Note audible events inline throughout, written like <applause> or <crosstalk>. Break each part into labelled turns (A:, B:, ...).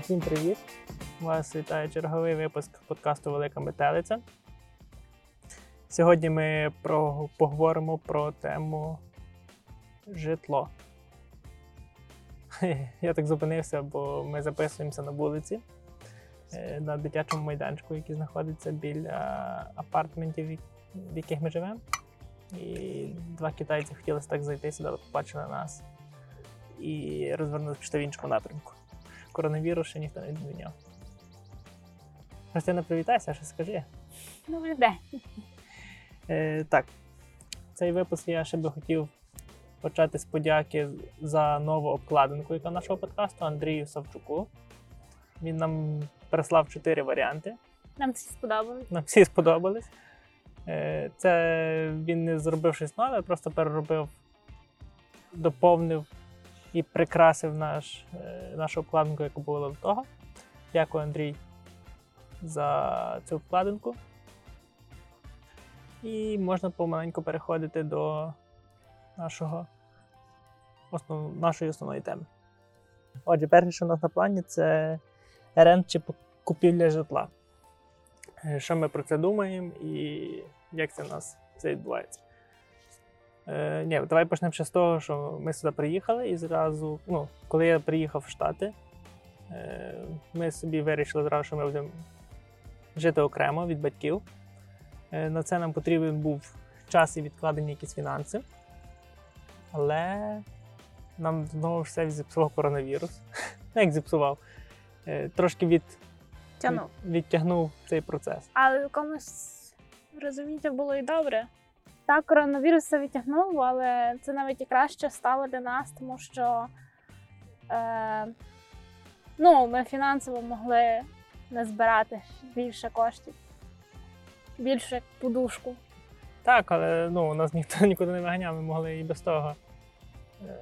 A: Всім привіт! Вас вітає черговий випуск подкасту Велика Метелиця. Сьогодні ми про, поговоримо про тему житло. <laughs> Я так зупинився, бо ми записуємося на вулиці е, на дитячому майданчику, який знаходиться біля апартментів, в в яких ми живемо. І два китайці хотіли так зайти сюди, от побачили нас і розвернулися пішли в іншому напрямку коронавірус ще ніхто не відміняв. Христина, привітайся, що скажи.
B: Добрий день.
A: Е, так, цей випуск я ще би хотів почати з подяки за нову обкладинку, яка нашого подкасту Андрію Савчуку. Він нам прислав чотири варіанти.
B: Нам всі сподобалось.
A: Нам Ну, всі сподобались. Е, Це він не зробив щось нове, просто переробив, доповнив і прикрасив наш, е, нашу обкладинку, яку було до того. Дякую, Андрій, за цю обкладинку. І можна помаленьку переходити до нашого, основ, нашої основної теми. Отже, перше, що у нас на плані, це рент чи пу- купівля житла е, що ми про це думаємо і як це в нас це відбувається. Е, ні, давай почнемо ще з того, що ми сюди приїхали і зразу, ну, коли я приїхав в Штати, е, ми собі вирішили зразу, що ми будемо жити окремо від батьків. Е, на це нам потрібен був час і відкладені якісь фінанси. Але нам знову все зіпсував коронавірус. <laughs> Ну, як зіпсував. Е, трошки від,
B: Тянув.
A: від- відтягнув цей процес.
B: Але в якомусь розумінні було і добре. Так, коронавірус це відтягнув, але це навіть і краще стало для нас, тому що е, ну, ми фінансово могли назбирати більше коштів, більше як подушку.
A: Так, але ну, нас ніхто <laughs> нікуди не виганяв, ми могли і без того. Е,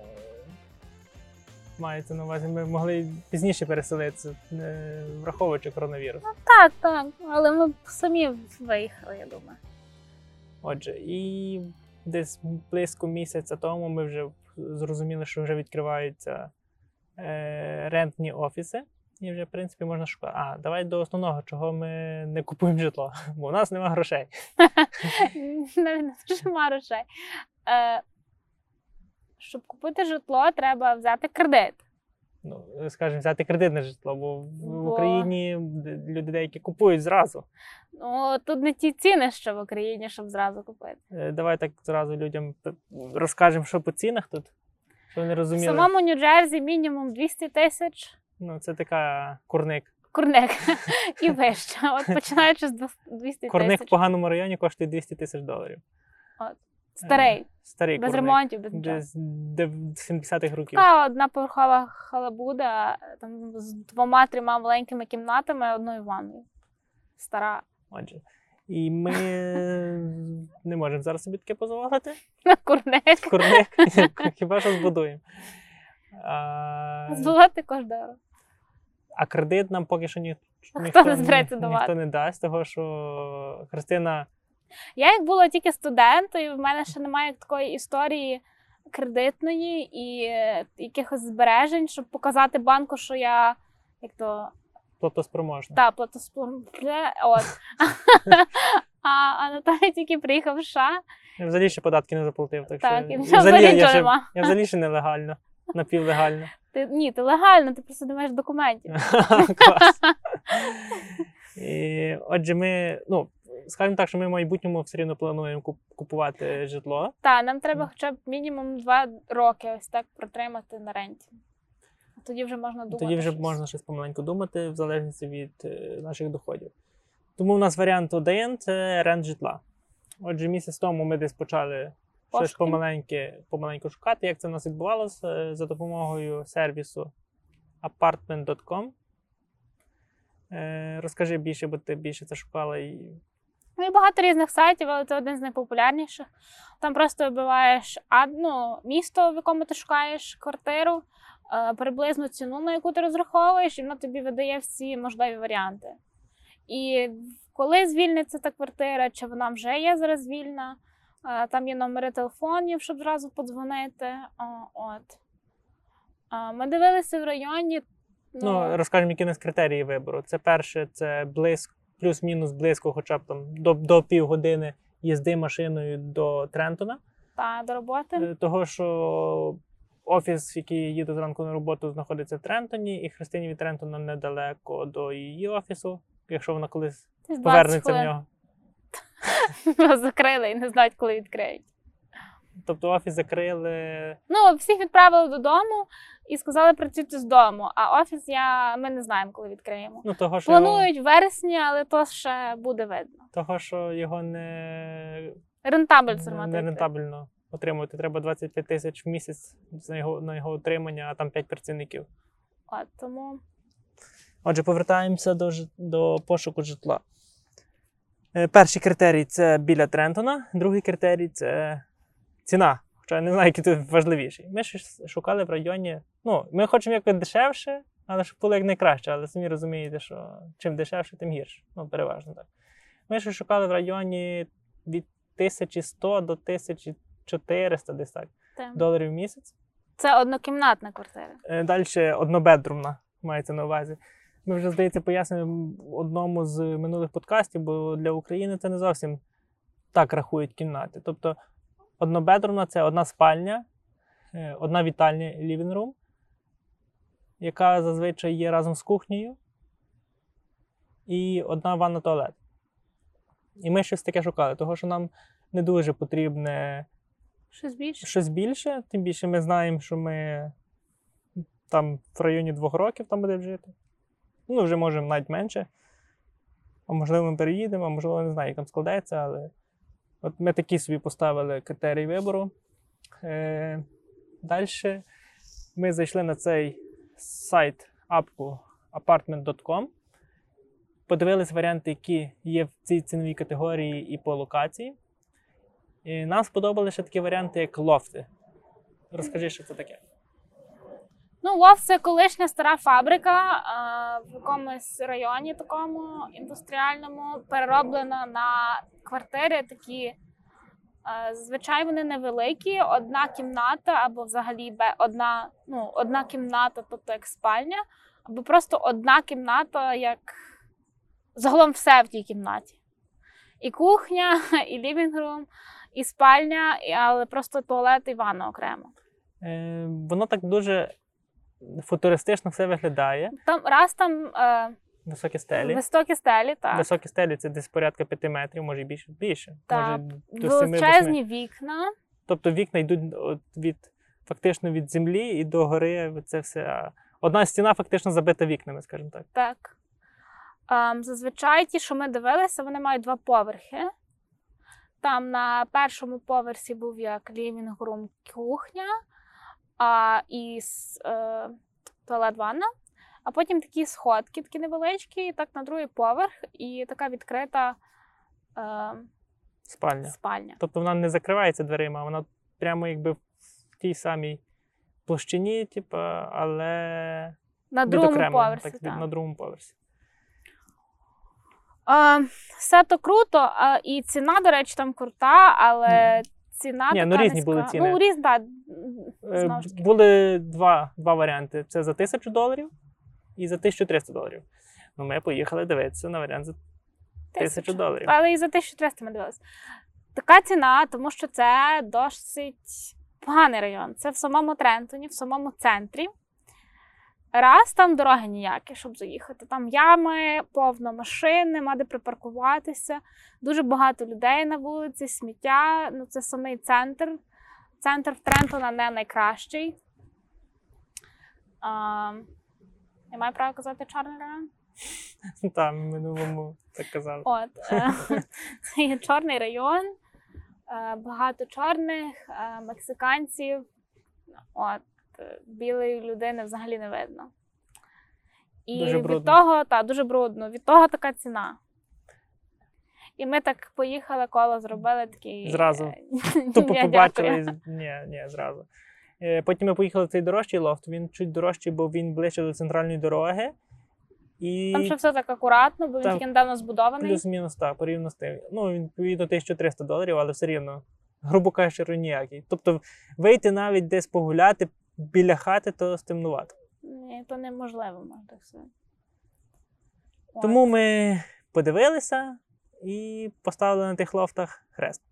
A: Мається на увазі, ми могли і пізніше переселитися, е, враховуючи коронавірус.
B: Так, так, але ми б самі виїхали, я думаю. <laughs>
A: Отже, і десь близько місяця тому ми вже зрозуміли, що вже відкриваються е, рентні офіси. І вже, в принципі, можна шукати. А, давай до основного, чого ми не купуємо житло, <laughs> бо у нас нема грошей.
B: навіть не дуже мало грошей. Е, щоб купити житло, треба взяти кредит.
A: Ну, скажімо, взяти кредитне житло, бо в- в
B: Бо-
A: Україні люди деякі купують зразу.
B: Ну, тут не ті ціни, що в Україні, щоб зразу купити.
A: Е, Давай так зразу людям п- розкажемо, що по цінах тут. Щоб вони
B: В
A: розуміли.
B: самому Нью-Джерсі мінімум 200 тисяч
A: Ну, це така курник.
B: курник <laughs> і вище. От починаючи з 200
A: Курник в
B: тисяч.
A: поганому районі коштує 200 тисяч доларів.
B: Старий,
A: Старий
B: без
A: курник.
B: ремонтів, без нічого.
A: Десь де- 70-х років.
B: Така одна поверхова халабуда е, там, з двома-трьома маленькими кімнатами, одною ванною. Стара. <laughs>
A: Отже. І ми не можемо зараз собі таке дозволити.
B: Курник.
A: Курник <laughs> хіба що збудуємо. А,
B: Збувати кожного.
A: а кредит нам поки що ні,
B: Хто
A: ніхто,
B: не збирається
A: ні-
B: давати?
A: ніхто не дасть, того що Христина
B: Я як була тільки студентою, в мене ще немає такої історії кредитної і е, якихось збережень, щоб показати банку, що я як то
A: платоспроможна.
B: та платосплом. бля, От. <laughs> А, а Наталя тільки приїхав в США,
A: Я взагалі ще податки не заплатив, так,
B: так,
A: що
B: і
A: я
B: взагалі
A: я,
B: нічого
A: ще,
B: нема.
A: я взагалі ще нелегально,
B: <laughs>
A: напівлегально. <laughs>
B: Ти, ні, ти легально, ти просто не маєш документів.
A: Клас. І, отже, ми, ну, скажімо так, що ми в майбутньому все рівно плануємо куп- купувати житло.
B: Та, нам треба хоча б мінімум два роки ось так протримати на ренті. Тоді вже можна думати.
A: Тоді вже
B: щось.
A: можна щось помаленьку думати, в залежності від е, наших доходів. Тому у нас варіант один це рент житла. Отже, місяць тому ми десь почали щось
B: Пошуки.
A: помаленьке, помаленьку шукати. Як це в нас відбувалося Е, за допомогою сервісу apartment.com. Е, Розкажи більше, бо ти більше це шукала і
B: Ну і багато різних сайтів, але це один з найпопулярніших. Там просто вибиваєш ад- ну, місто, в якому ти шукаєш квартиру, е, приблизну ціну, на яку ти розраховуєш, і воно тобі видає всі можливі варіанти. І коли звільниться та квартира, чи вона вже є зараз вільна, е, там є номери телефонів, щоб зразу подзвонити. О, От. Е, Ми дивилися в районі
A: Ну, розкажемо, які у нас критерії вибору. Це перше, це близько, плюс-мінус близько, хоча б там до, до півгодини їзди машиною до Трентона.
B: та до роботи.
A: Е, Того, що офіс, в який я їду зранку на роботу, знаходиться в Трентоні, і Христині від Трентона недалеко до її офісу, якщо вона колись
B: Десь 20
A: повернеться в
B: <laughs> хвилин.
A: нього.
B: Нас закрили і не знають, коли відкриють.
A: Тобто офіс закрили
B: Ну, всіх відправили додому і сказали працюйте з дому. А офіс я ми не знаємо, коли відкриємо.
A: ну, того, що, його,
B: Планують в вересні, але то ще буде видно.
A: того, що його не,
B: Рентабель
A: не, не
B: сформати.
A: рентабельно отримувати. Треба 25 тисяч в місяць на його, на його отримання, а там 5 працівників.
B: От тому
A: Отже, повертаємося до, жит- до пошуку житла. Е, Перший критерій це біля Трентона, другий критерій це ціна. Хоча я не знаю, який тут важливіший. Ми ж шукали в районі. Ну, ми хочемо якось дешевше, але щоб було як найкраще, але самі розумієте, що чим дешевше, тим гірше. Ну, переважно так. Ми ж шукали в районі від 1100 до 1400 десь так,
B: те.
A: доларів в місяць.
B: це однокімнатна квартира.
A: Далі Е, однобедрумна мається на увазі. Ми вже, здається, пояснюємо в одному з минулих подкастів, бо для України це не зовсім так рахують кімнати. Тобто однобедрумна це одна спальня, е, одна вітальня living room, яка зазвичай є разом з кухнею, і одна ванна туалет. І ми щось таке шукали, тому що нам не дуже потрібне
B: Щось більше.
A: щось більше, тим більше ми знаємо, що ми там в районі двох років там будемо жити. Ну, вже можемо навіть менше. А можливо, ми переїдемо, а можливо, не знаю, як там складеться, але от ми такі собі поставили критерії вибору. Е, Далі ми зайшли на цей сайт апку apartment.com, подивились варіанти, які є в цій ціновій категорії і по локації. І нам сподобалися ще такі варіанти, як лофти. Розкажи, що це таке.
B: Ну, лофт це колишня стара фабрика е, в якомусь районі такому індустріальному, перероблена на квартири такі. е, Зазвичай вони невеликі, одна кімната або взагалі бе- одна, ну, одна кімната, тобто як спальня, або просто одна кімната, як загалом все в тій кімнаті. І кухня, <laughs> і лівінгрум, і спальня, і- але просто туалет і ванна окремо.
A: Е, воно так дуже футуристично все виглядає.
B: Там раз там е,
A: Високі стелі.
B: Високі стелі, так.
A: Високі стелі це десь порядка 5 метрів, може і більше. більше.
B: Так.
A: Може, до семи, восьми.
B: Величезні вікна.
A: Тобто вікна йдуть от від, фактично від землі і до гори. Це все. Одна стіна фактично забита вікнами, скажімо так.
B: Так. Ем, зазвичай ті, що ми дивилися, вони мають два поверхи. Там на першому поверсі був як лівінг-рум кухня а, і с- е, туалет ванна. А потім такі сходки, такі невеличкі, і так на другий поверх, і така відкрита е,
A: Спальня.
B: спальня.
A: Тобто вона не закривається дверима, вона прямо якби в тій самій площині, типу, але
B: На другому
A: відокремлена,
B: поверсі.
A: так, від- ну,
B: так.
A: на другому поверсі.
B: А, все то круто, а, і ціна, до речі, там крута, але ціна
A: Ні,
B: така
A: ну, різні
B: низька.
A: були ціни.
B: Ну, різ, да,
A: Е,
B: знову ж таки.
A: Були два, два варіанти: це за 1000 доларів і за 1300 доларів. Ну, ми поїхали дивитися на варіант за 1000 доларів.
B: Але і за 1300 ми дивилися. Така ціна, тому що це досить поганий район. Це в самому Трентоні, в самому центрі. Раз там дороги ніякі, щоб заїхати. Там ями, повно машин, нема де припаркуватися, дуже багато людей на вулиці, сміття. Ну, це самий центр. Центр в Трентона не найкращий. А, я маю право казати чорний район?
A: <laughs> Там в минулому так казали.
B: От е, <laughs> це є чорний район, е, багато чорних, е, мексиканців. От е, білої людини взагалі не видно. І
A: Дуже
B: від
A: брудно.
B: того, та дуже брудно, від того така ціна. І ми так поїхали, коло зробили такий.
A: Зразу.
B: <laughs> е,
A: Тупо
B: «Ні,
A: побачили.
B: дякую».
A: і- Ні, ні, зразу. Е, Потім ми поїхали в цей дорожчий лофт. Він чуть дорожчий, бо він ближче до центральної дороги. І
B: Там ще все так акуратно, бо він
A: Там
B: тільки недавно збудований.
A: плюс-мінус так, порівняно з тим. Ну, він відповідно 1300 доларів, але все рівно, грубо кажучи, ніякий. Тобто вийти навіть десь погуляти біля хати, то стемнувати.
B: Ні, і то неможливо, можна так сказати. От.
A: Тому ми подивилися і поставили на тих лофтах хрест.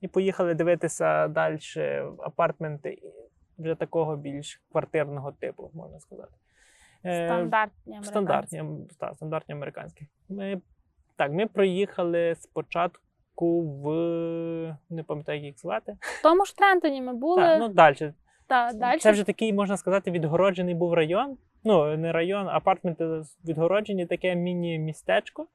A: І поїхали дивитися далі в апартменти вже такого більш квартирного типу, можна сказати. Е,
B: стандартні американці.
A: стандартні, ам- та, стандартні американські. Ми, так, ми проїхали спочатку в не пам'ятаю, як їх звати.
B: В тому ж Трентоні ми були.
A: Та, ну, далі.
B: та, далі.
A: Це вже такий, можна сказати, відгороджений був район. Ну, не район, апартменти з- відгороджені, таке міні-містечко.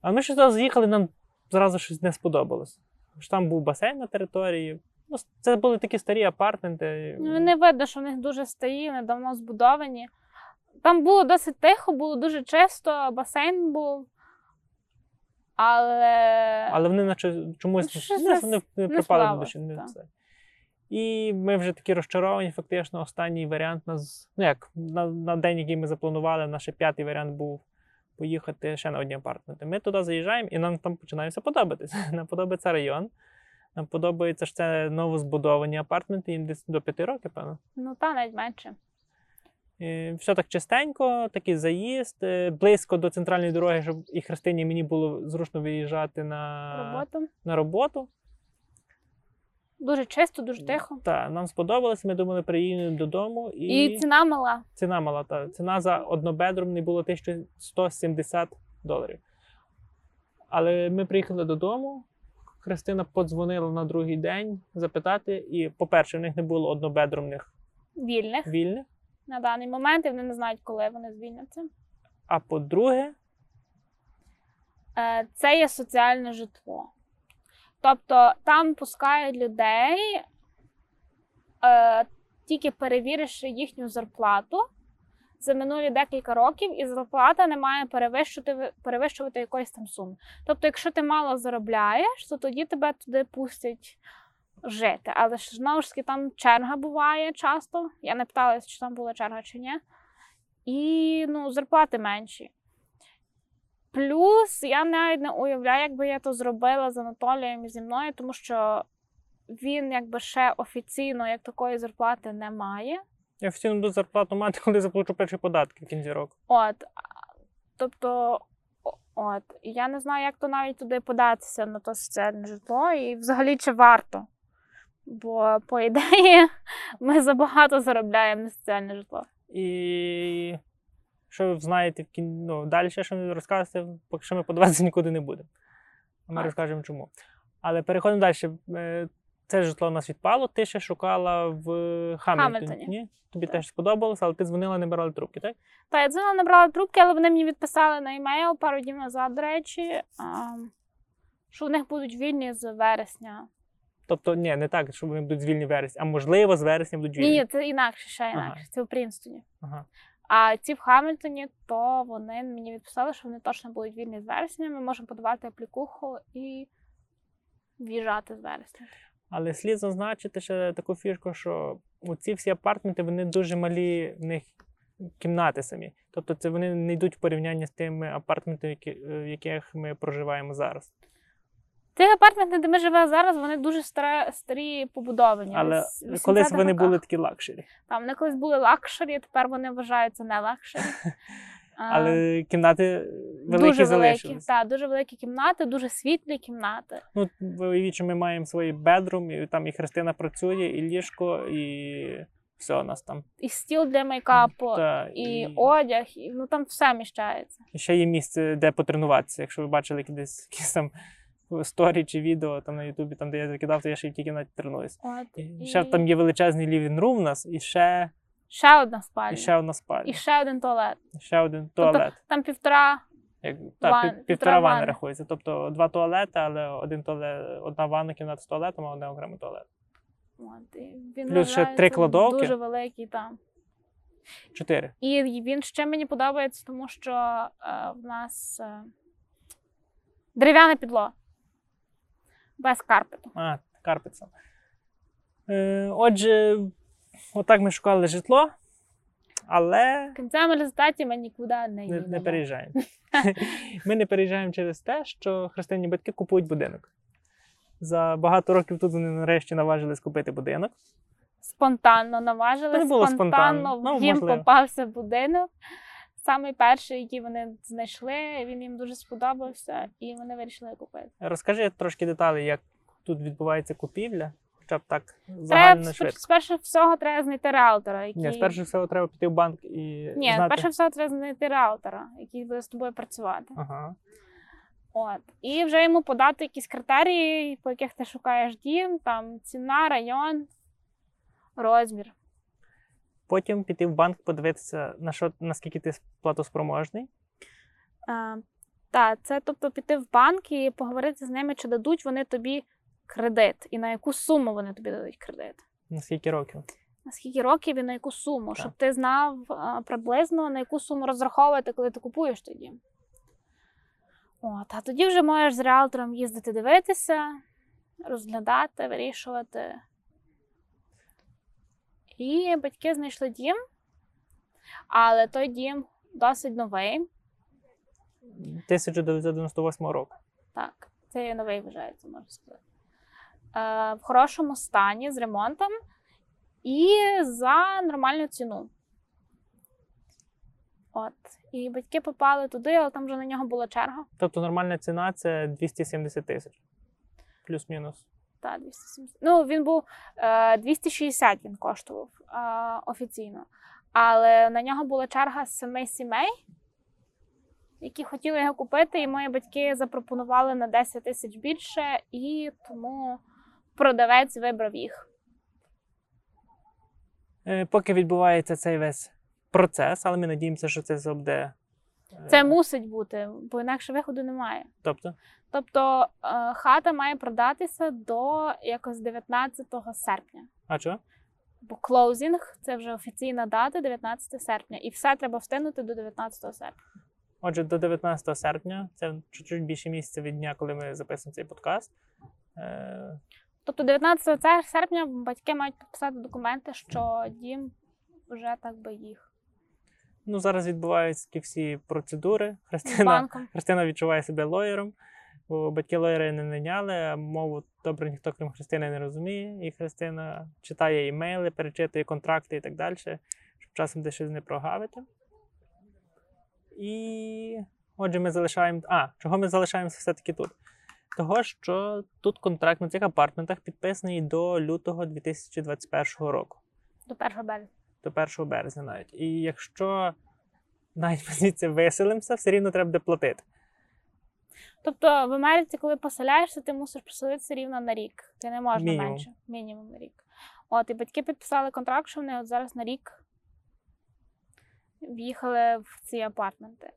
A: А ми щось туди з'їхали, нам зразу щось не сподобалось. Що Там був басейн на території. Ну, с- це були такі старі апартменти.
B: Ну, не видно, що в них дуже старі, вони давно збудовані. Там було досить тихо, було дуже чисто, басейн був. Але,
A: Але вони наче чомусь
B: Ну,
A: не-
B: щось
A: не,
B: нас
A: не, не
B: не
A: припали до
B: склалось,
A: душі. Не
B: так.
A: це. І ми вже такі розчаровані. Фактично, останній варіант нас. Ну як, на, на день, який ми запланували, наш п'ятий варіант був поїхати ще на одні апартменти. Ми туди заїжджаємо і нам там починає все подобатися. <laughs> Нам подобається район. Нам подобається що це новозбудовані апартменти, їм десь до п'яти років, певно.
B: ну та навіть менше.
A: Е, Все так чистенько, такий заїзд, е, близько до центральної дороги, щоб і Христині і мені було зручно виїжджати на,
B: Робота.
A: на роботу.
B: Дуже чисто, дуже тихо.
A: Так, нам сподобалось, ми думали, приїдемо додому, і,
B: І ціна мала.
A: ціна мала. Та. Ціна за однобедрумний було 1170 доларів. Але ми приїхали додому. Христина подзвонила на другий день запитати. І, по-перше, в них не було однобедрумних
B: Вільних
A: вільних.
B: на даний момент, і вони не знають, коли вони звільняться.
A: А по-друге,
B: Е, Це є соціальне житло. Тобто там пускають людей, е, тільки перевіривши їхню зарплату за минулі декілька років, і зарплата не має перевищувати, перевищувати якоїсь там суми. Тобто, якщо ти мало заробляєш, то тоді тебе туди пустять жити. Але ж знову ж таки там черга буває часто. Я не питалася, чи там була черга чи ні. І ну, зарплати менші. Плюс я навіть не уявляю, якби я то зробила з Анатолієм і зі мною, тому що він якби ще офіційно як такої зарплати не має.
A: я всім буду зарплату мати, <laughs> коли заплачу перші податки в кінці року.
B: От. а, Тобто, о- от, і я не знаю, як то навіть туди податися на то соціальне житло, і взагалі чи варто. Бо, по ідеї, <laughs> ми забагато заробляємо на соціальне житло.
A: І що ви знаєте в кін... ну, далі, що не розказуєте, поки що ми подаватися нікуди не будемо. А ми
B: Так.
A: розкажемо чому. Але переходимо далі. Е, Це житло у нас відпало, ти ще шукала в Хамільтоні.
B: Хамільтоні.
A: Ні? Тобі
B: Так.
A: теж сподобалося, але ти дзвонила, не брала трубки, так?
B: Та я дзвонила, набрала трубки, але вони мені відписали на емейл пару днів назад, до речі, а, що в них будуть вільні з вересня.
A: Тобто, ні, не так, що вони будуть звільні в вересні, а можливо, з вересня будуть
B: Ні,
A: вільні.
B: ні, це інакше, ще
A: Ага.
B: інакше. Це в Принстоні.
A: Ага.
B: А ці в Хамільтоні, то вони мені відписали, що вони точно будуть вільні з вересня. Ми можемо подавати аплікуху і в'їжджати з вересня.
A: Але слід зазначити ще таку фішку, що ці всі апартменти вони дуже малі в них кімнати самі. Тобто це вони не йдуть в порівняння з тими апартментами, які, е, в яких ми проживаємо зараз.
B: Ті апартменти, де ми живемо зараз, вони дуже старе, старі побудовані.
A: Але
B: десь в
A: колись
B: 80-х
A: вони
B: роках.
A: були такі лакшері.
B: там, вони колись були лакшері, тепер вони вважаються не лакшері. А,
A: <laughs> Але кімнати великі
B: дуже великі,
A: залишились.
B: та, дуже великі кімнати, дуже світлі кімнати.
A: Ну, ви уявіть, що ми маємо свої бедрум, і там і Христина працює, і ліжко, і все у нас там.
B: І стіл для мейкапу,
A: Та,
B: і, одяг, і ну там все міщається.
A: І ще є місце, де потренуватися. Якщо ви бачили десь якісь там сторі чи відео там на Ютубі, там де я закидав, то я ще й в тій кімнаті тренуюсь.
B: От,
A: І... Ще там є величезний лівін рум у нас, і ще,
B: ще одна спальня.
A: і ще одна спальня,
B: І ще один туалет.
A: і ще один
B: Тобто-
A: туалет.
B: Там півтора.
A: Як, та,
B: Ван-
A: пів- півтора
B: півтора
A: ванни
B: ванни.
A: рахується. Тобто два туалети, але один туалет, одна ванна кімната з туалетом, а одне окремий туалет.
B: От, і він
A: Плюс ще
B: вважається
A: три кладовки.
B: Дуже великий там.
A: Чотири.
B: І він ще мені подобається, тому що е, в нас е, дерев'яне підло. Без карпету.
A: А, Карпиця. Е, отже, отак ми шукали житло, але
B: В кінцевому результаті ми нікуди не
A: не,
B: їдемо.
A: не
B: <laughs>
A: переїжджаємо. ми не переїжджаємо через те, що христинні батьки купують будинок. За багато років тут вони нарешті наважились купити будинок.
B: З спонтанно наважилися.
A: Це не було спонтанно.
B: в
A: Ну,
B: їм
A: можливо.
B: попався будинок. Самий перший, який вони знайшли, він їм дуже сподобався, і вони вирішили купити.
A: Розкажи трошки деталі, як тут відбувається купівля, хоча б так
B: Треба
A: загально
B: спер-
A: швидко.
B: спершу всього треба знайти реалтора, який
A: Ні, спершу всього треба піти в банк і
B: Ні,
A: знати.
B: перше всього треба знайти реалтора, який буде з тобою працювати.
A: Ага.
B: От. І вже йому подати якісь критерії, по яких ти шукаєш дім, там ціна, район, розмір.
A: Потім піти в банк, подивитися, на що, наскільки ти платоспроможний.
B: А, Е, та, це тобто піти в банк і поговорити з ними, чи дадуть вони тобі кредит, і на яку суму вони тобі дадуть кредит.
A: На скільки років?
B: На скільки років і на яку суму,
A: Так.
B: щоб ти знав а, приблизно на яку суму розраховувати, коли ти купуєш тоді. От, а тоді вже можеш з реалтором їздити дивитися, розглядати, вирішувати. І батьки знайшли дім, але той дім досить новий.
A: 1998 року.
B: Так, це є новий вважається, можна сказати. Е, в хорошому стані з ремонтом і за нормальну ціну. От. І батьки попали туди, але там вже на нього була черга.
A: Тобто нормальна ціна це 270 тисяч. Плюс-мінус.
B: Та, 270. Ну, він був е, 260 він коштував е, офіційно. Але на нього була черга з семи сімей, які хотіли його купити, і мої батьки запропонували на 10 тисяч більше, і тому продавець вибрав їх.
A: Е, Поки відбувається цей весь процес, але ми надіємося, що це завде. е,
B: Це мусить бути, бо інакше виходу немає.
A: Тобто,
B: Тобто е, хата має продатися до якось 19 серпня.
A: а що?
B: Бо клоузінг це вже офіційна дата 19 серпня, і все треба встигнути до 19 серпня.
A: Отже, до 19 серпня, це чуть-чуть більше місяця від дня, коли ми записуємо цей подкаст. Е,
B: Тобто 19 це- серпня батьки мають підписати документи, що дім вже так би їх
A: Ну, зараз відбуваються ті всі процедури. <laughs>
B: з
A: Христина,
B: банком.
A: Христина відчуває себе лоєром, бо батьки лоєри не наняли, а мову добре ніхто, крім Христини, не розуміє. І Христина читає імейли, перечитує контракти і так далі, щоб часом десь щось не прогавити. І отже, ми залишаємо. А, чого ми залишаємося все-таки тут? Того, що тут контракт на цих апартментах підписаний до лютого 2021 року
B: До 1 березня.
A: до 1 березня навіть. І якщо навіть ми звідси виселимося, все рівно треба буде платити.
B: Тобто в Америці, коли поселяєшся, ти мусиш поселитися рівно на рік. Ти не можна
A: Мінімум.
B: менше. Мінімум на рік. От, і батьки підписали контракт, що вони от зараз на рік в'їхали в ці апартменти.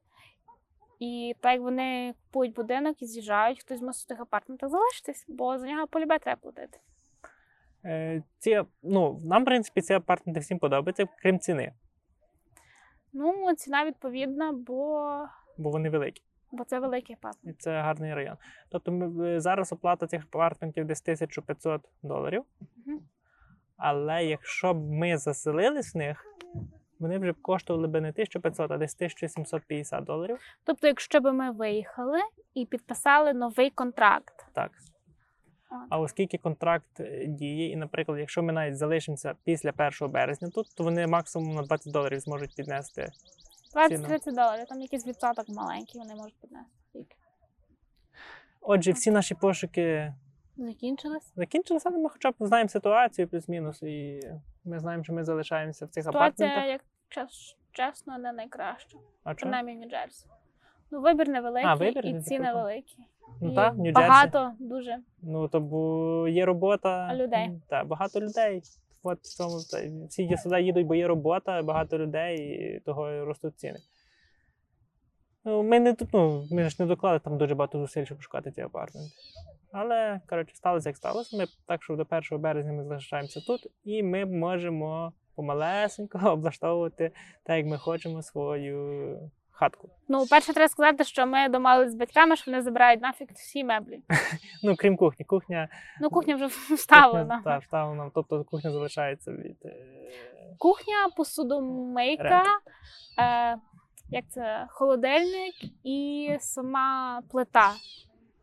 B: І так як вони купують будинок і з'їжджають, хтось мусить в тих апартментах залишитись, бо за нього полюбе треба платити.
A: Е, Ці, ну, нам, в принципі, ці апартменти всім подобаються, крім ціни,
B: Ну, ціна відповідна, бо
A: бо вони великі.
B: бо це великий патент.
A: І це гарний район. Тобто ми, е, зараз оплата цих апартментів десь 1500 доларів.
B: Мгм.
A: Але якщо б ми заселились в них, вони вже б коштували б не 1500, а десь 1750 доларів.
B: Тобто, якщо б ми виїхали і підписали новий контракт,
A: Так.
B: От.
A: А оскільки контракт е, діє, і, наприклад, якщо ми навіть залишимося після 1 березня тут, то вони максимум на 20 доларів зможуть піднести.
B: 20-30 доларів, там якийсь відсоток маленький, вони можуть піднести. Тільки.
A: Отже, всі наші пошуки
B: Закінчилось.
A: закінчилися, але ми хоча б знаємо ситуацію плюс-мінус, і ми знаємо, що ми залишаємося в цих
B: Ситуація,
A: апартментах.
B: як чес- чесно, не найкраща.
A: А чому?
B: Принаймні в Нью-Джерсі. Ну, вибір невеликий
A: А, вибір
B: і
A: не
B: ціни
A: такий.
B: великі.
A: Ну
B: І
A: так, Нью-Джерсі.
B: Багато дуже.
A: Ну то бо є робота.
B: А людей?
A: Та, багато людей. От в цьому та, всі є- сюди їдуть, бо є робота, багато людей, і того і ростуть ціни. Ну, ми не тут, ну, ми ж не доклали там дуже багато зусиль, щоб шукати ці апартменти. Але, коротше, сталося як сталося. Ми так, що до 1 березня ми залишаємося тут, і ми можемо помалесенько <laughs> облаштовувати так, як ми хочемо свою хатку.
B: Ну, перше, треба сказати, що ми домовились з батьками, що вони забирають нафіг всі меблі.
A: Ну, крім кухні. Кухня
B: Ну, кухня вже <laughs>
A: кухня,
B: вставлена.
A: та, вставлена. Тобто кухня залишається від. е,
B: кухня, посудомийка, е, як це, холодильник і сама плита.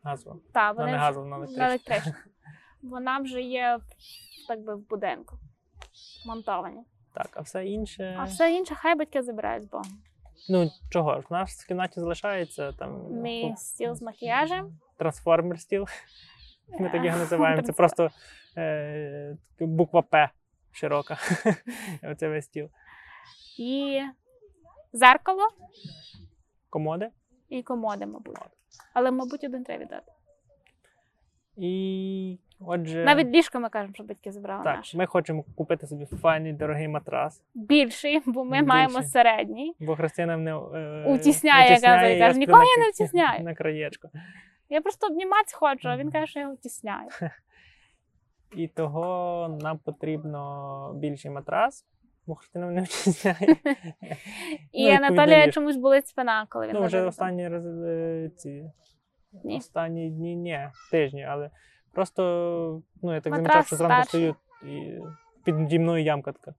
A: Газова.
B: Та,
A: Вона
B: вони
A: не
B: вже-
A: газова, вона електрична.
B: електрична. Вона вже є так би в будинку. монтовані.
A: Так, а все інше.
B: А все інше, хай батьки забирають з Богом.
A: Ну чого ж, в нас в кімнаті залишається там
B: Мій
A: ну,
B: стіл з макіяжем. Е,
A: Трансформер стіл. Ми так його називаємо. Це
B: Трансфер.
A: просто е, буква П широка. <laughs> Оце весь стіл.
B: І зеркало
A: Комоди.
B: і комоди, мабуть. Але, мабуть, один треба віддати.
A: І отже,
B: Навіть ліжко ми кажемо, що батьки забрали
A: Е. так,
B: наше.
A: ми хочемо купити собі файний дорогий матрас,
B: Більший, бо ми
A: Більший.
B: маємо середній.
A: бо Христина мене е,
B: Утісняє, я
A: утісняє,
B: кажу,
A: і
B: кажу,
A: сплю
B: «Нікого
A: на
B: я не
A: кра-
B: утісняю».
A: <laughs> На краєчку.
B: Я просто обнімати хочу, а він каже, що я його тісняю.
A: І того нам потрібно більший матрас, бо Христина мене
B: <laughs>
A: утісняє.
B: І
A: Ну, і
B: Анатолія
A: повідоміш.
B: чомусь болить спина, коли він
A: Ну, вже
B: лежить.
A: останні раз е, ці
B: Ні.
A: останні дні, ні, тижні, але просто ну я так
B: Матрас
A: замічав, що зранку
B: старший.
A: стою і піді мною ямка така.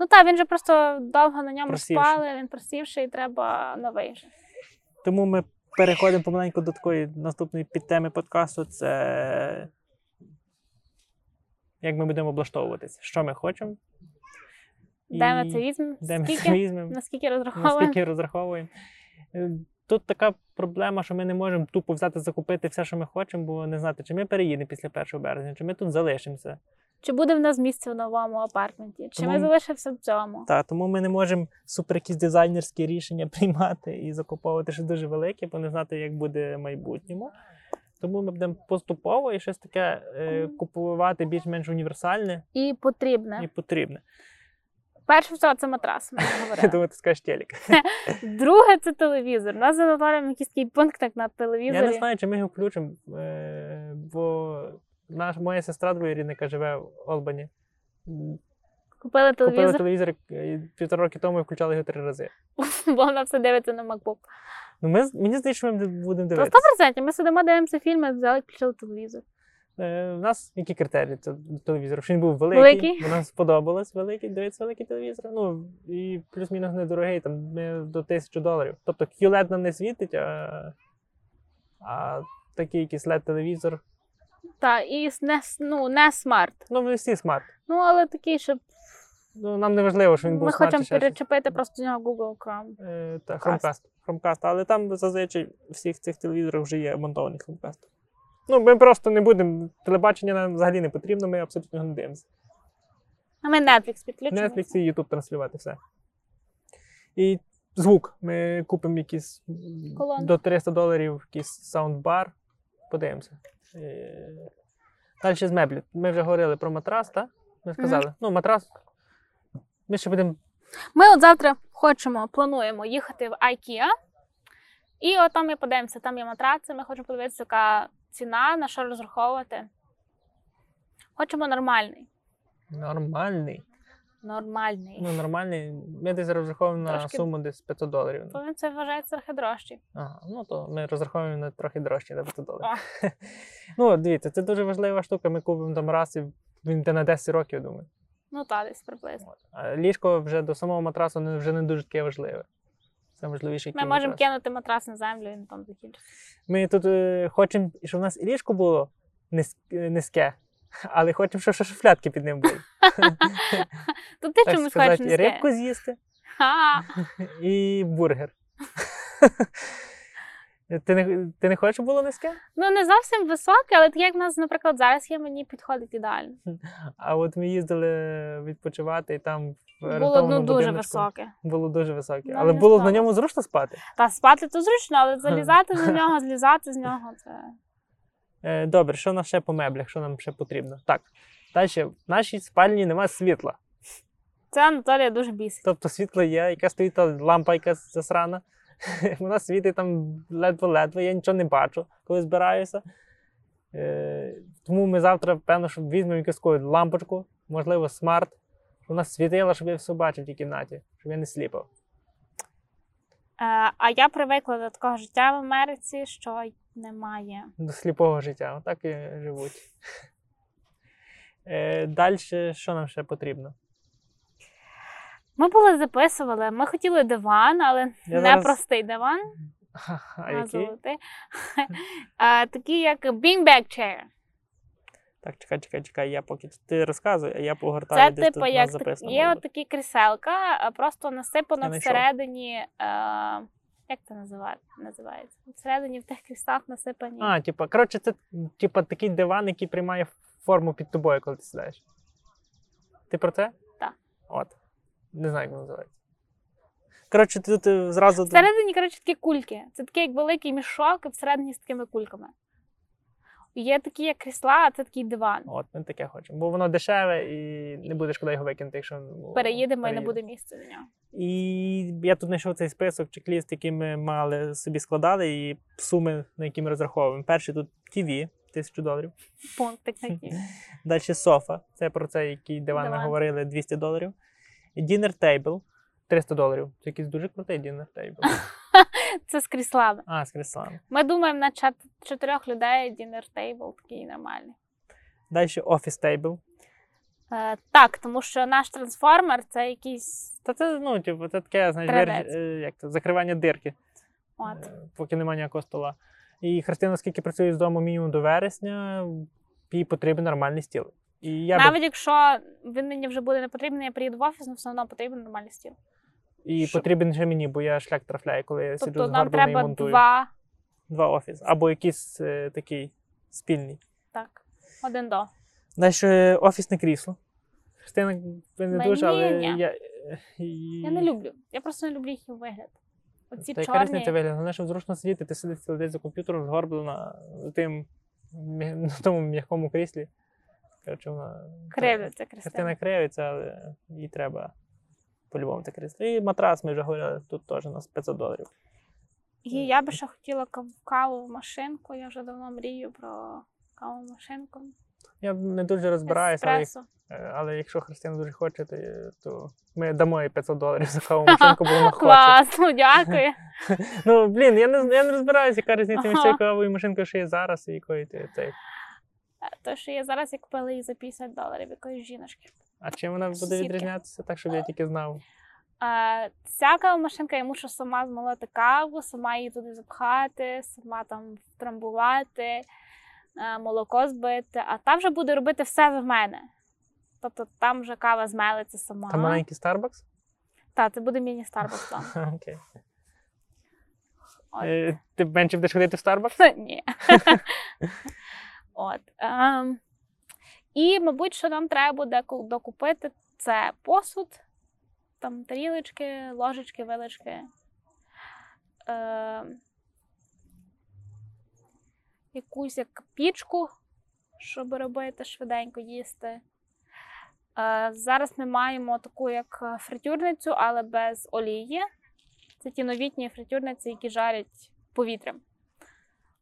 B: Ну так, він же просто довго на ньому
A: Просівший.
B: спали, він просівший, і треба новий. вже.
A: Тому ми переходимо помаленьку до такої наступної підтеми подкасту. Це як ми будемо облаштовуватися, що ми хочемо.
B: Де ми
A: І
B: це візьмемо?
A: Де ми це
B: Скільки?
A: візьмемо?
B: Наскільки розраховуємо?
A: наскільки розраховуємо. Е, Тут така проблема, що ми не можемо тупо взяти закупити все, що ми хочемо, бо не знати, чи ми переїдемо після 1 березня, чи ми тут залишимося.
B: Чи буде в нас місце в новому апартменті? Чи ми
A: Тому-
B: залишимося в цьому?
A: Та тому ми не можемо супер якісь дизайнерські рішення <laughs> приймати і закуповувати щось дуже велике, бо не знати, як буде в майбутньому. Тому ми будемо поступово і щось таке е, купувати більш-менш універсальне
B: І
A: і
B: потрібне.
A: потрібне.
B: Перше всього це матрас. Ми вже
A: <laughs> Я
B: говорили.
A: думаю, ти скажеш телек.
B: Друге це телевізор. У нас з Анатолієм якийсь такий пунктик на телевізорі.
A: Я не знаю, чи ми його включимо, е, бо наш, моя сестра двоєрідника живе в Олбані. М, Купила
B: Купили телевізор,
A: телевізор е, півтора роки тому і включали його три рази.
B: <laughs> бо вона все дивиться на MacBook.
A: Ну, ми, з- мені здається, що ми будемо
B: На
A: дивитися.
B: 100% ми сидимо, дивимося фільми, взяли, включили телевізор.
A: Е, У нас які критерії це до телевізору? Що він був великий,
B: Великий.
A: нам сподобалось великий, дивиться великий телевізор. Ну і плюс-мінус недорогий, там не до тисячі доларів. Тобто QLED нам не світить, а, а такий якийсь LED телевізор.
B: Та, і с- не, с- ну, не смарт.
A: Ну, вони всі смарт.
B: Ну, але такий, щоб
A: Ну нам не важливо, що він був
B: ми
A: смарт.
B: хочемо
A: чи ще щось.
B: перечепити просто до нього Google Chrome.
A: Е, Та
B: Chromecast.
A: Chromecast. Chromecast. Але там зазвичай всіх цих телевізорів вже є монтований Chromecast. Ну, ми просто не будемо. Телебачення нам взагалі не потрібно, ми абсолютно його не дивимося.
B: А ми Netflix підключимо.
A: Netflix і YouTube транслювати все. І звук. Ми купимо якісь м,
B: Колонки.
A: до 300 доларів якийсь саундбар. Подивимося. Е, Далі з меблі. Ми вже говорили про матрас, так? Ми сказали. Ну, матрас. Ми ще будемо.
B: Ми от завтра хочемо, плануємо їхати в IKEA. І от там ми подивимося, там є матраци, ми хочемо подивитися, яка ціна, на що розраховувати. Хочемо нормальний.
A: Нормальний.
B: Нормальний.
A: Ну, нормальний. Ми десь розраховуємо на
B: Трошки.
A: суму десь 500 доларів.
B: Бо він це вважається трохи дорожчий.
A: Ага, ну то ми розраховуємо на трохи дорожче, на 500
B: А.
A: доларів. <laughs> ну, дивіться, це дуже важлива штука. Ми купимо там раз і він йде на 10 років, я думаю.
B: Ну та десь приблизно.
A: А Ліжко вже до самого матрасу не- вже не дуже таке важливе. Це важливіше,
B: Ми
A: який
B: можемо
A: матрас.
B: кинути матрас на землю, він там закінчиться.
A: Ми тут е, хочемо, щоб в нас і ліжко було низь- е, низьке, <laughs> але хочемо, щоб ще шуфлятки під ним були.
B: То ти
A: Так
B: чомусь хочеш
A: сказати,
B: не
A: і
B: знаю.
A: рибку з'їсти,
B: Ха.
A: і бургер. <laughs> ти, не, ти не хочеш, щоб було низьке?
B: Ну не зовсім високий, але так як в нас, наприклад, зараз є, мені підходить ідеально.
A: А от ми їздили відпочивати, і там в
B: Було
A: орендованому
B: ну дуже
A: будиночку
B: високе.
A: Було дуже високе.
B: Нам
A: але
B: не
A: було на
B: сталося.
A: ньому зручно спати.
B: Та спати то зручно, але залізати
A: <laughs>
B: з нього, злізати з нього це.
A: Е, добре, що нам ще по меблях, що нам ще потрібно? Так. Далі, в нашій спальні нема світла.
B: Це Анатолія дуже бісить. Е,
A: Тобто світло є, яка стоїть та лампа, яка засрана. <laughs> Вона світить там ледве-ледве, я нічого не бачу, коли збираюся. Е, тому ми завтра, певно, що візьмемо якусь таку лампочку, можливо, смарт. щоб Вона світила, щоб я все бачив в тій кімнаті, щоб я не сліпав.
B: Е, а я привикла до такого життя в Америці, що й немає.
A: До сліпого життя. Отак і живуть. Е, Далі, що нам ще потрібно?
B: Ми були записували, ми хотіли диван, але
A: Я
B: не
A: зараз-
B: простий диван,
A: А
B: а
A: який? <laughs>
B: золотий. Е, Такий як beanbag chair.
A: Так, чекай, чекай, чекай, я поки ти розказуй, а я
B: Це
A: погортаю десь
B: типу,
A: тут
B: як
A: нас
B: так-
A: записано.
B: є
A: було.
B: такі кріселка, е, просто насипано
A: Я знайшов.
B: всередині. Е, як це називає- називається? Всередині в тих кріслах насипані.
A: А, типу, коротше, це типу, такий диван, який приймає форму під тобою, коли ти сідаєш. Ти про це?
B: Так.
A: От. Не знаю, як воно називається. Коротше, ти тут е, зразу.
B: Всередині, коротше, такі кульки. Це такий як великий мішок, і всередині з такими кульками. Є такі як крісла, а це такий диван.
A: От, ми таке хочемо. Бо воно дешеве і не буде шкода його викинути, якщо ну,
B: Переїдемо і не
A: переїде.
B: буде місця для
A: <laughs>
B: нього.
A: І я тут знайшов цей список чек-ліст, який ми мали собі складали, і суми, на які ми розраховуємо. Перший тут TV, 1000 доларів.
B: Пунктик на ті.
A: Далі софа, це про це, який диван, ми
B: Диван.
A: говорили, 200 доларів. Dinner table, 300 доларів. Це якийсь дуже крутий dinner
B: <laughs>
A: table.
B: Це з кріслами.
A: А, з кріслами.
B: Ми думаємо на чат- чотирьох людей дінер тейбл такий нормальний.
A: Далі office table.
B: Е, так, тому що наш трансформер це якийсь
A: Та це, ну, типу, це таке, знаєш,
B: Трендець.
A: верж- е, як це, закривання дирки.
B: от.
A: Е, поки немає ніякого стола. І Христина, оскільки працює з дому мінімум до вересня, їй потрібен нормальний стіл. І я би,
B: Навіть якщо він мені вже буде не потрібний, я приїду в офіс, але все одно потрібен нормальний стіл.
A: і
B: щоб-
A: потрібен ще мені, бо я шлях трафляю, коли я сиджу
B: Тобто
A: з
B: нам
A: горбами і
B: треба
A: монтую.
B: два,
A: Два офіси. Або якийсь е, такий спільний.
B: так, один до.
A: Наше офісне крісло. Христина, ви не
B: Мені
A: дуже, але
B: ні.
A: я. е,
B: Я не люблю. Я просто не люблю їх вигляд. Оці
A: Та яка
B: чорні.
A: різниця вигляд? Головне, щоб зручно сидіти, ти сидиш цілий день за комп'ютером, згорблена на тим м'я- <laughs> на тому м'якому кріслі. Коротше, вона
B: Кривляться
A: Картина
B: Кристина.
A: кривиться, але їй треба по-любому так крізь. І матрас, ми вже говорили, тут теж у нас 500 доларів.
B: І я би ще хотіла кав- каву машинку. Я вже давно мрію про каву машинку.
A: Я не дуже розбираюся, але,
B: Еспресо.
A: е, але якщо Христина дуже хоче, то, е, то ми дамо їй 500 доларів за
B: <laughs>
A: каву машинку, бо вона хоче.
B: Класно, <laughs> дякую.
A: Ну блін, я не я не розбираюся, яка різниця між цією
B: Ага.
A: кавою машинкою, що є зараз, і якою ти цей.
B: То, що я зараз як пила її за 50 доларів якоїсь жіночки.
A: А чим вона буде
B: Сусідки.
A: відрізнятися, так щоб я тільки знав.
B: Е, Ця кавомашинка, я мушу сама змолоти каву, сама її туди запхати, сама там втрамбувати, е, молоко збити, а та вже буде робити все за мене. Тобто там вже кава змелиться сама.
A: Там маленький Starbucks? <laughs>
B: Та, це буде міні Starbucks там.
A: Ха, Окей.
B: От.
A: Е, Ти менше будеш ходити в Starbucks?
B: Ні. От. ем, І, мабуть, що нам треба буде ку- докупити це посуд, там тарілочки, ложечки, вилочки. ем, Якусь як пічку, щоб робити швиденько їсти. Е, Зараз ми маємо таку як е, фритюрницю, але без олії. Це ті новітні фритюрниці, які жарять повітрям.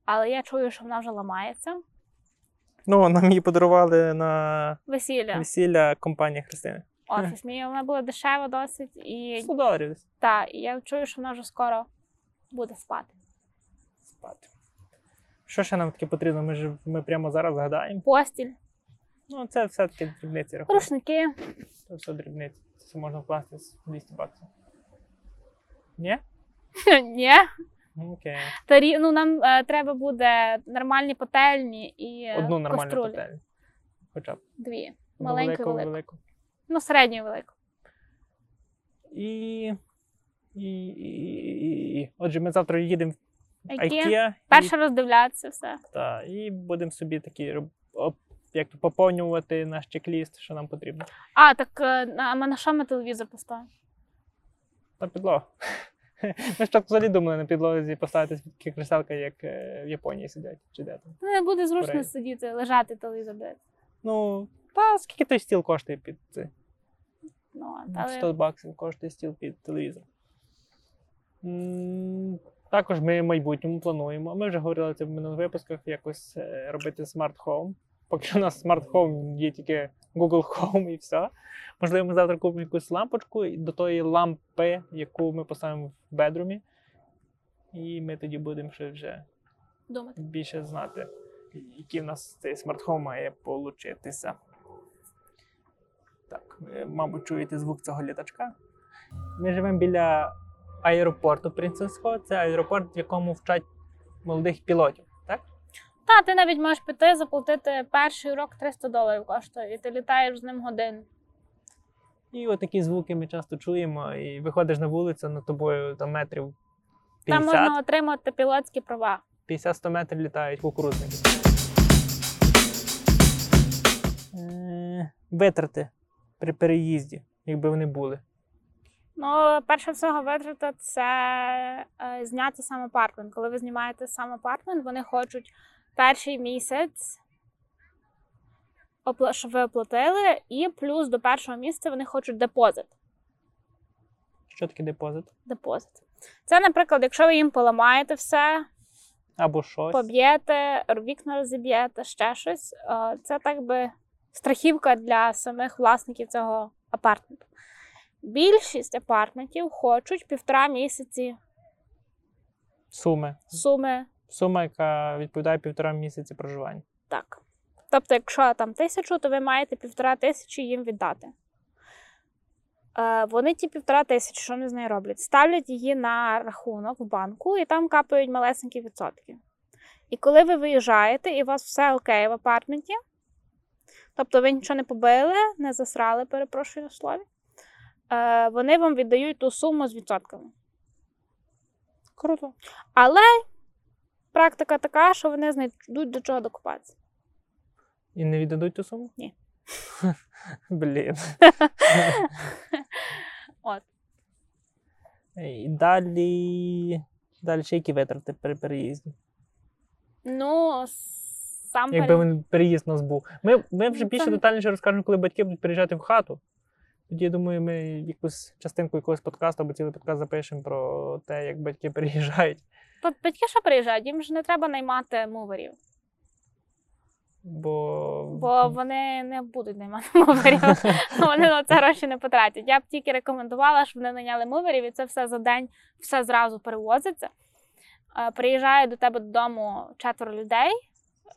B: Але я чую, що вона вже ламається.
A: Ну, нам її подарували на
B: Весілля,
A: весілля компанії Христини.
B: офіс мій, вона була дешева досить, і,
A: 100 доларів десь.
B: та, і я чую, що вона вже скоро буде спати.
A: спати. Що ще нам таке потрібно? Ми ж ми прямо зараз згадаємо.
B: Постіль,
A: Ну, це все-таки дрібниці рахують.
B: рушники. <laughs>
A: Це все дрібниці. Це все можна вкласти з 200 баксів. Ні?
B: Ні.
A: Ну, Окей.
B: Тарі... Ну, нам е, треба буде нормальні пательні і е,
A: Одну нормальну
B: каструлі.
A: пательню. Хоча б
B: Дві.
A: Ну,
B: Маленьку і
A: велику,
B: велику.
A: велику.
B: Ну, середню і велику.
A: І. І, і, і, і. Отже, ми завтра їдемо в
B: IKEA.
A: IKEA.
B: Перше роздивлятися все.
A: І, та, і будемо собі такі роб- оп- як то, поповнювати наш чек-ліст, що нам потрібно.
B: А, так е, на- а ми на що ми телевізор поставимо?
A: На підлогу. <laughs> Ми ж так взагалі думали на підлозі поставити такі креселка, як е, в Японії сидять чи де там.
B: Ну, Не буде зручно
A: Корея.
B: сидіти, лежати телевізор дивитися.
A: Ну, та скільки той стіл коштує під це?
B: Ну, от, але
A: 100 баксів коштує стіл під телевізор. М, Також ми в майбутньому плануємо. Ми вже говорили це в минулих випусках якось е, робити смарт хоум. Поки що у нас смарт хоум є тільки Google Home і все. Можливо, ми завтра купимо якусь лампочку і до тої лампи, яку ми поставимо в бедрумі. І ми тоді будемо ще вже
B: думати.
A: більше знати, який в нас цей смартфон має получитися. Так, ви, мабуть, чуєте звук цього літачка. Ми живемо біля аеропорту Принцеско. Це аеропорт, в якому вчать молодих пілотів. Так?
B: Та ти навіть можеш піти заплатити перший урок 300 доларів коштує, і ти літаєш з ним годину.
A: І отакі звуки ми часто чуємо, і виходиш на вулицю, над тобою там метрів
B: Там
A: 50,
B: можна отримати пілотські права.
A: 50-100 метрів літають кукурузники. Е, Витрати при переїзді, якби вони були.
B: Ну, перше всього витрата це е, зняти сам апартмент. Коли ви знімаєте сам апартмент, вони хочуть перший місяць, опла- щоб ви оплатили, і плюс до першого місяця вони хочуть депозит.
A: Що таке депозит?
B: депозит. Це, наприклад, якщо ви їм поламаєте все,
A: Або щось.
B: поб'єте, вікна розіб'єте, ще щось. е, Це так би страхівка для самих власників цього апартменту. Більшість апартментів хочуть півтора місяці
A: Суми.
B: суми
A: Сума, яка відповідає півтора місяці проживання.
B: так. Тобто, якщо там тисячу, то ви маєте півтора тисячі їм віддати. Е, Вони ті півтора тисячі, що вони з нею роблять? Ставлять її на рахунок в банку і там капають малесенькі відсотки. І коли ви виїжджаєте, і у вас все окей в апартменті, тобто ви нічого не побили, не засрали, перепрошую на слові, е, вони вам віддають ту суму з відсотками.
A: Круто.
B: Але практика така, що вони знайдуть до чого докупатися.
A: І не віддадуть ту суму?
B: Ні.
A: <laughs> Блін.
B: <laughs> От.
A: І далі. Далі ще які витрати при переїзді.
B: Ну, с- сам
A: Якби
B: перед-
A: він переїзд у нас був. Ми, ми вже
B: Ну,
A: більше
B: це-
A: детальніше розкажемо, коли батьки будуть переїжджати в хату. Тоді, я думаю, ми якусь частинку якогось подкасту або цілий подкаст запишемо про те, як батьки <laughs> переїжджають.
B: Бат- батьки що приїжджають, їм ж не треба наймати муверів,
A: Бо,
B: бо вони не будуть наймати <laughs> муверів. Вони на це гроші не потратять. Я б тільки рекомендувала, щоб вони найняли муверів, і це все за день все зразу перевозиться. Е, Приїжджає до тебе додому четверо людей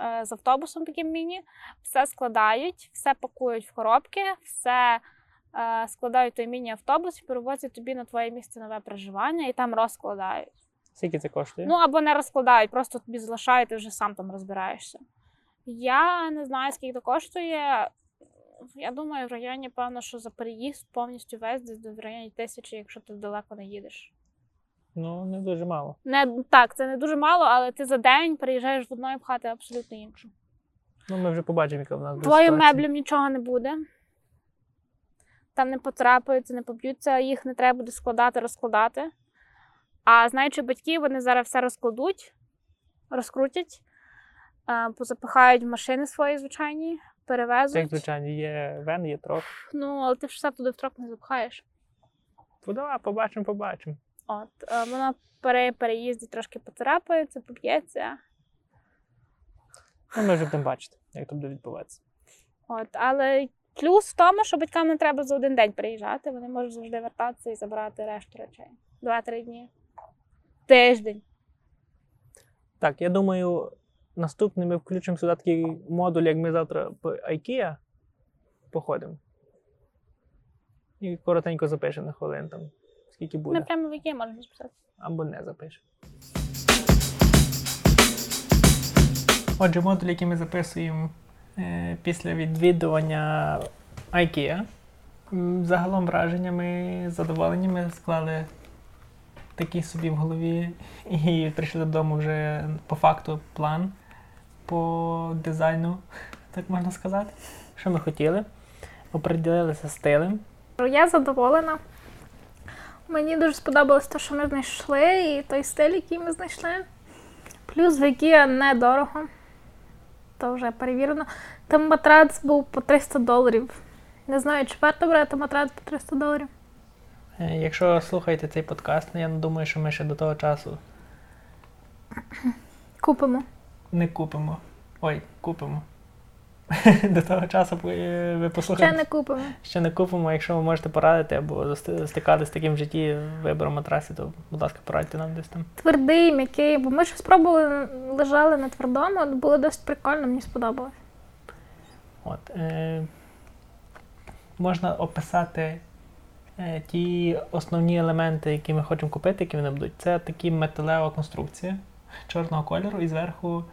B: е, з автобусом таким міні, все складають, все пакують в коробки, все е, складають в той міні-автобус і перевозять тобі на твоє місце нове проживання і там розкладають.
A: Скільки це коштує?
B: Ну або не розкладають, просто тобі залишають, ти вже сам там розбираєшся. Я не знаю, скільки це коштує. Я думаю, в районі, певно, що за переїзд повністю весь десь до- в районі тисячі, якщо ти далеко не їдеш.
A: ну не дуже мало.
B: Не так, це не дуже мало, але ти за день переїжджаєш в одної хати абсолютно іншу.
A: Ну, ми вже побачимо, яка в нас буде.
B: Твоїм
A: ситуація.
B: меблям нічого не буде. Там не потрапаються, не поб'ються, їх не треба буде складати, розкладати. А знаючи батьків, вони зараз все розкладуть, розкрутять, е, позапихають в машини свої звичайні,
A: Це як
B: перевезуть.
A: звичайно, є вен, є трок.
B: ну, але ти ж все туди в трок не запхаєш.
A: Ну, давай, побачимо, побачимо.
B: От, е, воно при переїзді трошки поцарапається, поб'ється.
A: Ну, ми вже будемо бачити, як то буде відбуватися.
B: От, але плюс в тому, що батькам не треба за один день приїжджати, вони можуть завжди вертатися і забрати решту речей. Два-три дні. Тиждень.
A: Так, я думаю, наступний ми включимо сюди такий модуль, як ми завтра по IKEA походимо. І коротенько запишемо на хвилин там, скільки
B: Ми
A: буде,
B: прямо в якій можемо записати.
A: або не запишемо. Отже, модуль, який ми записуємо е, після відвідування IKEA. М, Загалом враженнями, задоволення ми склали такі собі в голові і прийшли додому вже по факту план по дизайну, так можна сказати. Що ми хотіли? Оприділилися з стилем.
B: Я задоволена. Мені дуже сподобалось те, що ми знайшли, і той стиль, який ми знайшли. Плюс в які недорого. То вже перевірено. Там матрац був по 300 доларів. Не знаю, чи варто брати матрац по 300 доларів.
A: Е, Якщо слухаєте цей подкаст, ну, я думаю, що ми ще до того часу
B: Купимо.
A: не купимо. Ой, купимо. <laughs> До того часу е, ви
B: Ще
A: послухаєте.
B: не купимо.
A: Ще не купимо, якщо ви можете порадити або засти- стикатись з таким в житті вибором матрасів, то, будь ласка, порадьте нам десь там.
C: твердий, м'який, бо ми ж спробували лежали на твердому, було досить прикольно, мені сподобалось.
A: От, е, можна описати е, ті основні елементи, які ми хочемо купити, які вони будуть. Це такі металева конструкція чорного кольору, і зверху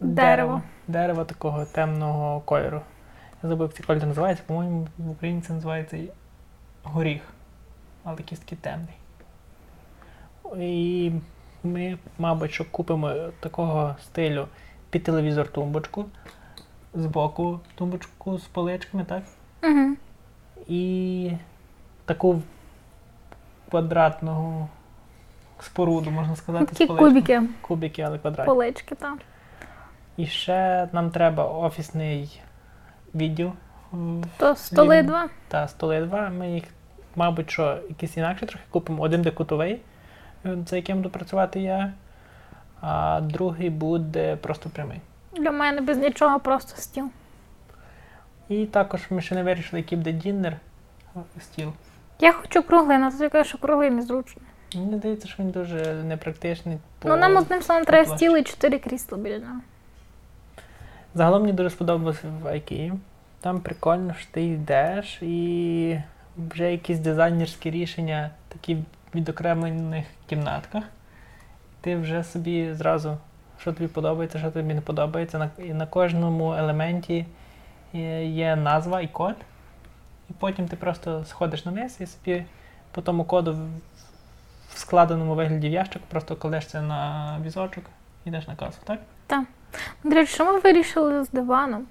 C: Дерево.
A: Дерево такого темного кольору. Я забув, як цей кольор називається, по-моєму, в Україні це називається горіх. Але якийсь такий темний. І ми, мабуть, що купимо такого стилю під телевізор тумбочку, збоку тумбочку з поличками, так?
C: Угу.
A: І таку квадратну споруду, можна сказати, з
C: Такі
A: поличками.
C: кубики,
A: Кубики, але квадратні.
C: полички, так.
A: І ще нам треба офісний відділ м,
C: То столи
A: Лівень.
C: два.
A: та столи два. Ми їх, мабуть, що якісь інакше трохи купимо. Один де кутовий, м, за яким буду працювати я, а другий буде просто прямий.
C: Для мене без нічого просто стіл.
A: І також ми ще не вирішили, який буде діннер е, стіл.
C: Я хочу круглий, але ти кажеш, що круглий незручно.
A: Мені здається, що він дуже непрактичний. по-
C: Ну нам одним словом треба
A: плащ.
C: стіл і чотири крісла біля нього.
A: Загалом мені дуже сподобалось в IKEA. Там прикольно, що ти йдеш і вже якісь дизайнерські рішення, такі в відокремлених кімнатках. Ти вже собі зразу, що тобі подобається, що тобі не подобається. На, і на кожному елементі є- є назва і код. І потім ти просто сходиш на низ і собі по тому коду в, в складеному вигляді в ящик просто кладешся на візочок і йдеш на касу, так?
C: До речі, що ми вирішили з диваном?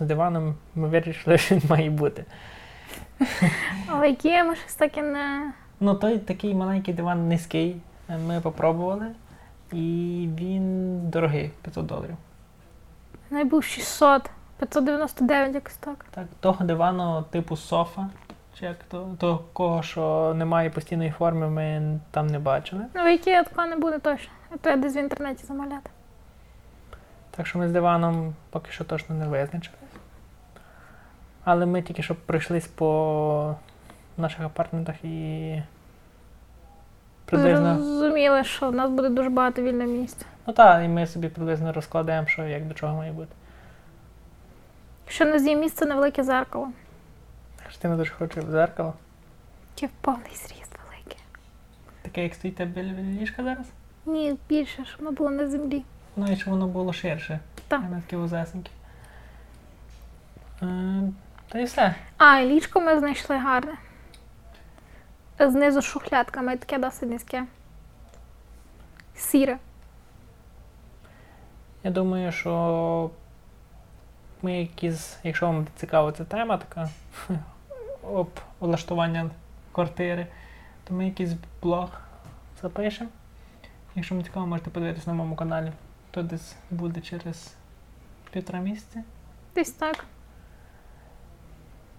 A: з диваном ми вирішили, <laughs> що він має бути.
C: Але які ми щось так і не.
A: Ну, той такий маленький диван низький. е, Ми попробували, і він дорогий 500 доларів.
C: Не був 600, 599 якось так.
A: Так, того дивану типу софа, чи як то, того, що немає постійної форми, ми там не бачили.
C: Ну, в які я такого не буде точно. А то я десь в інтернеті замовляти.
A: Так що ми з диваном поки що точно не визначили. Але ми тільки що пройшлись по наших апартментах і приблизно
C: Зрозуміли, що в нас буде дуже багато вільного місця.
A: Ну так, і ми собі приблизно розкладаємо, що як до чого має бути.
C: Якщо на зі місце невелике зеркало.
A: Так що ти не дуже хоче в зеркало.
C: Чи в повний зріст велике?
A: Таке, як стоїть тебе біля ліжка зараз.
C: Ні, більше, щоб воно було на землі.
A: Ну і щоб воно було ширше.
C: Так.
A: Воно таке вузесеньке. Е, Та і все.
C: А, і ліжко ми знайшли гарне. Знизу з шухлядками таке досить низьке. Сіре.
A: Я думаю, що ми якісь, якщо вам цікава ця тема така <laughs> об влаштування квартири, то ми якийсь блог запишемо. Якщо вам цікаво, можете подивитися на моєму каналі. То десь буде через півтора місяці.
C: Десь так.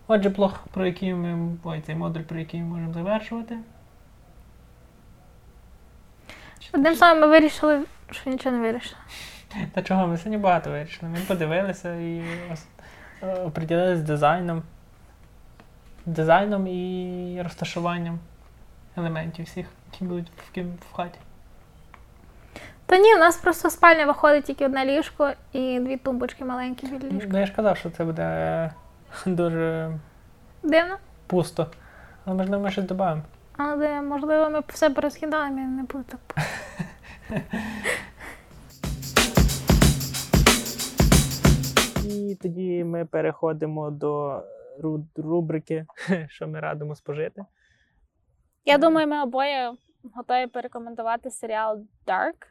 A: Отже, блог, про який ми ой, цей модуль, про який ми можемо завершувати.
C: Одним словом, ми вирішили, що нічого не вирішили.
A: Та чого ми сьогодні багато вирішили. Ми подивилися і ос- е, оприділилися з дизайном. Дизайном і розташуванням елементів всіх, які будуть в, кім- в хаті.
C: Та ні, у нас просто спальня виходить тільки одне ліжко і дві тумбочки маленькі біля ліжка.
A: Ну, я ж казав, що це буде <laughs> дуже
C: Дивно,
A: пусто. Але можливо ми щось додамо.
C: але можливо ми все порозкидаємо і не буде так.
A: І тоді ми переходимо до ру- рубрики, <laughs> що ми радимо спожити.
B: Я думаю, ми обоє готові порекомендувати серіал Dark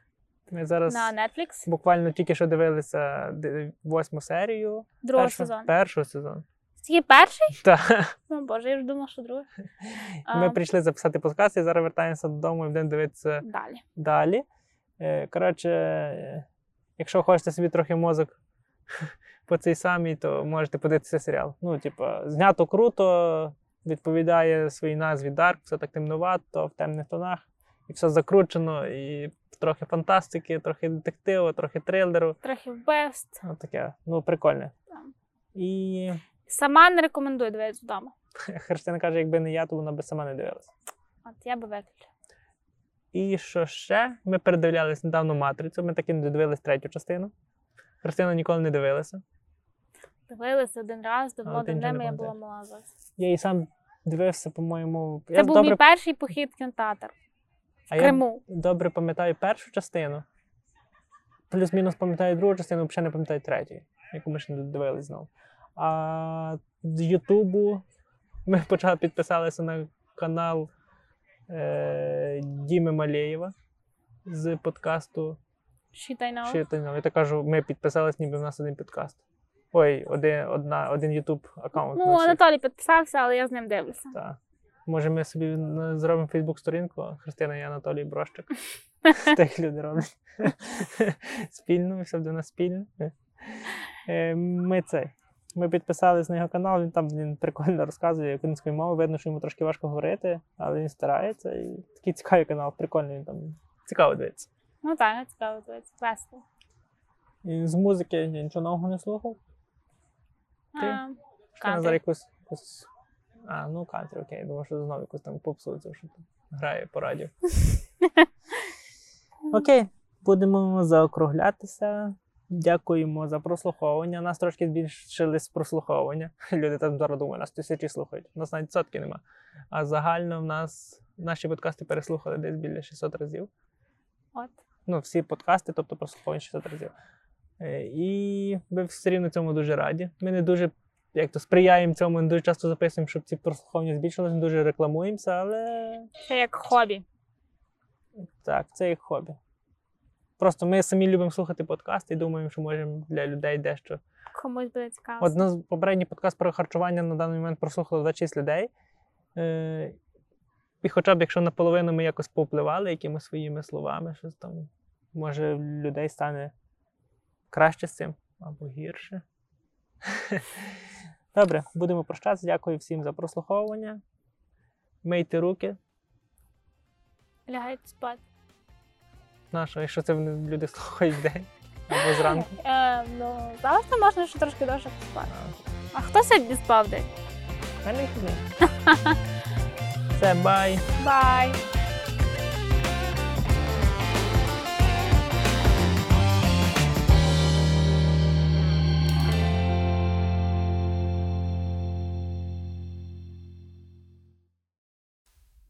A: Ми зараз
B: на Netflix
A: буквально тільки що дивилися де- восьму серію
B: другого
A: першого-
B: сезону.
A: першого сезону.
B: Тільки перший?
A: Так.
B: О Боже, я ж думала, що другий. А,
A: Ми прийшли записати подкаст і зараз вертаємося додому і будемо дивитися
B: Далі.
A: далі. Е, Коротше, е, якщо хочете собі трохи мозок <laughs> по цій самій, то можете подивитися серіал. Ну, типа, знято круто, відповідає своїй назві Dark, все так темновато, в темних тонах, і все закручено, і трохи фантастики, трохи детективу, трохи трилеру.
B: Трохи вбивств.
A: Ну, таке, ну, прикольне. І
B: Сама не рекомендую дивитися вдома.
A: Христина каже, якби не я, то вона би сама не дивилася.
B: От я би виключила.
A: І що ще? Ми передивлялись недавно матрицю, ми так і не додивились третю частину. Христина ніколи не дивилася.
B: Дивилася один раз,
A: Але
B: давно
A: ти нічого
B: давно
A: не
B: я була
A: пам'ятаєш.
B: мала зараз.
A: Я її сам дивився, по-моєму.
B: Це
A: я
B: був мій
A: добре,
B: перший похід в кінотеатр в
A: а я
B: Криму.
A: добре пам'ятаю першу частину. плюс-мінус пам'ятаю другу частину, взагалі не пам'ятаю третю, яку ми ще не дивились знову. А з Ютубу ми <laughs> почали підписалися на канал е, Діми Малеєва з подкасту
B: Щитай на
A: Ще та ні, я так кажу, ми підписались, ніби в нас один підкаст. Ой, один, одна, один YouTube аккаунт.
B: Ну, Анатолій підписався, але я з ним дивлюся.
A: Так. Може, ми собі н- зробимо Фейсбук сторінку Христина і Анатолій Брощик. Так люди роблять. спільно, все буде у нас спільно. Е, Ми це. Ми підписались на його канал, він там він прикольно розказує українською мовою. Видно, що йому трошки важко говорити, але він старається. І такий цікавий канал, прикольний він там. Цікаво дивиться.
B: Ну так, цікаво, дивитися, весело.
A: І з музики я нічого нового не слухав. Ти?
B: А,
A: Що вона
B: Кантри.
A: зараз якусь, якусь. А, ну кантри, окей, я думав, що знову якусь там попсу, це що там грає по радіо. окей, будемо заокруглятися. Дякуємо за прослуховування. Нас трошки збільшились прослуховування. <laughs> Люди там зараз думають, нас тисячі слухають. У нас навіть сотки нема. А загально в нас наші подкасти переслухали десь біля 600 разів.
B: От.
A: Ну, всі подкасти, тобто прослуховані 600 разів. Е, І ми все рівно цьому дуже раді. Ми не дуже як то сприяємо цьому, не дуже часто записуємо, щоб ці прослуховування збільшилися, не дуже рекламуємося, але
B: Це як хобі.
A: так, це як хобі. Просто ми самі любимо слухати подкасти і думаємо, що можемо для людей дещо.
B: Комусь буде цікаво.
A: От нас попередній подкаст про харчування на даний момент прослухало 26 людей. Е, І хоча б якщо наполовину ми якось повпливали якимись своїми словами, щось там, може, в людей стане краще з цим або гірше. <laughs> Добре, будемо прощатися. Дякую всім за прослуховування. Мийте руки.
B: Лягайте спати.
A: Нащо, якщо це вони- люди слухають в день або зранку.
B: Е, ну, завтра можна ще трошки довше поспати.
A: А.
B: А хто сьогодні спав десь?
A: Далі туди. Все, бай.
B: Бай!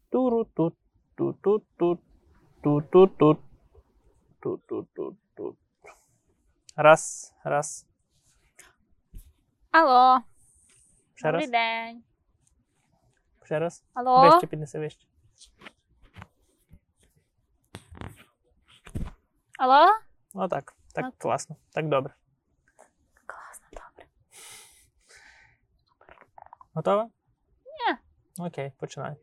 A: Туру тут тут тут тут тут тут тут тут тут тут тут Раз, раз.
B: Алло,
A: Ще
B: добрий
A: раз.
B: день.
A: Ще раз.
B: Алло.
A: Вище піднеси вище.
B: Алло?
A: Отак. Так
B: Ок.
A: класно. Так добре.
B: Класно, добре.
A: Готова?
B: Ні.
A: Окей, починай.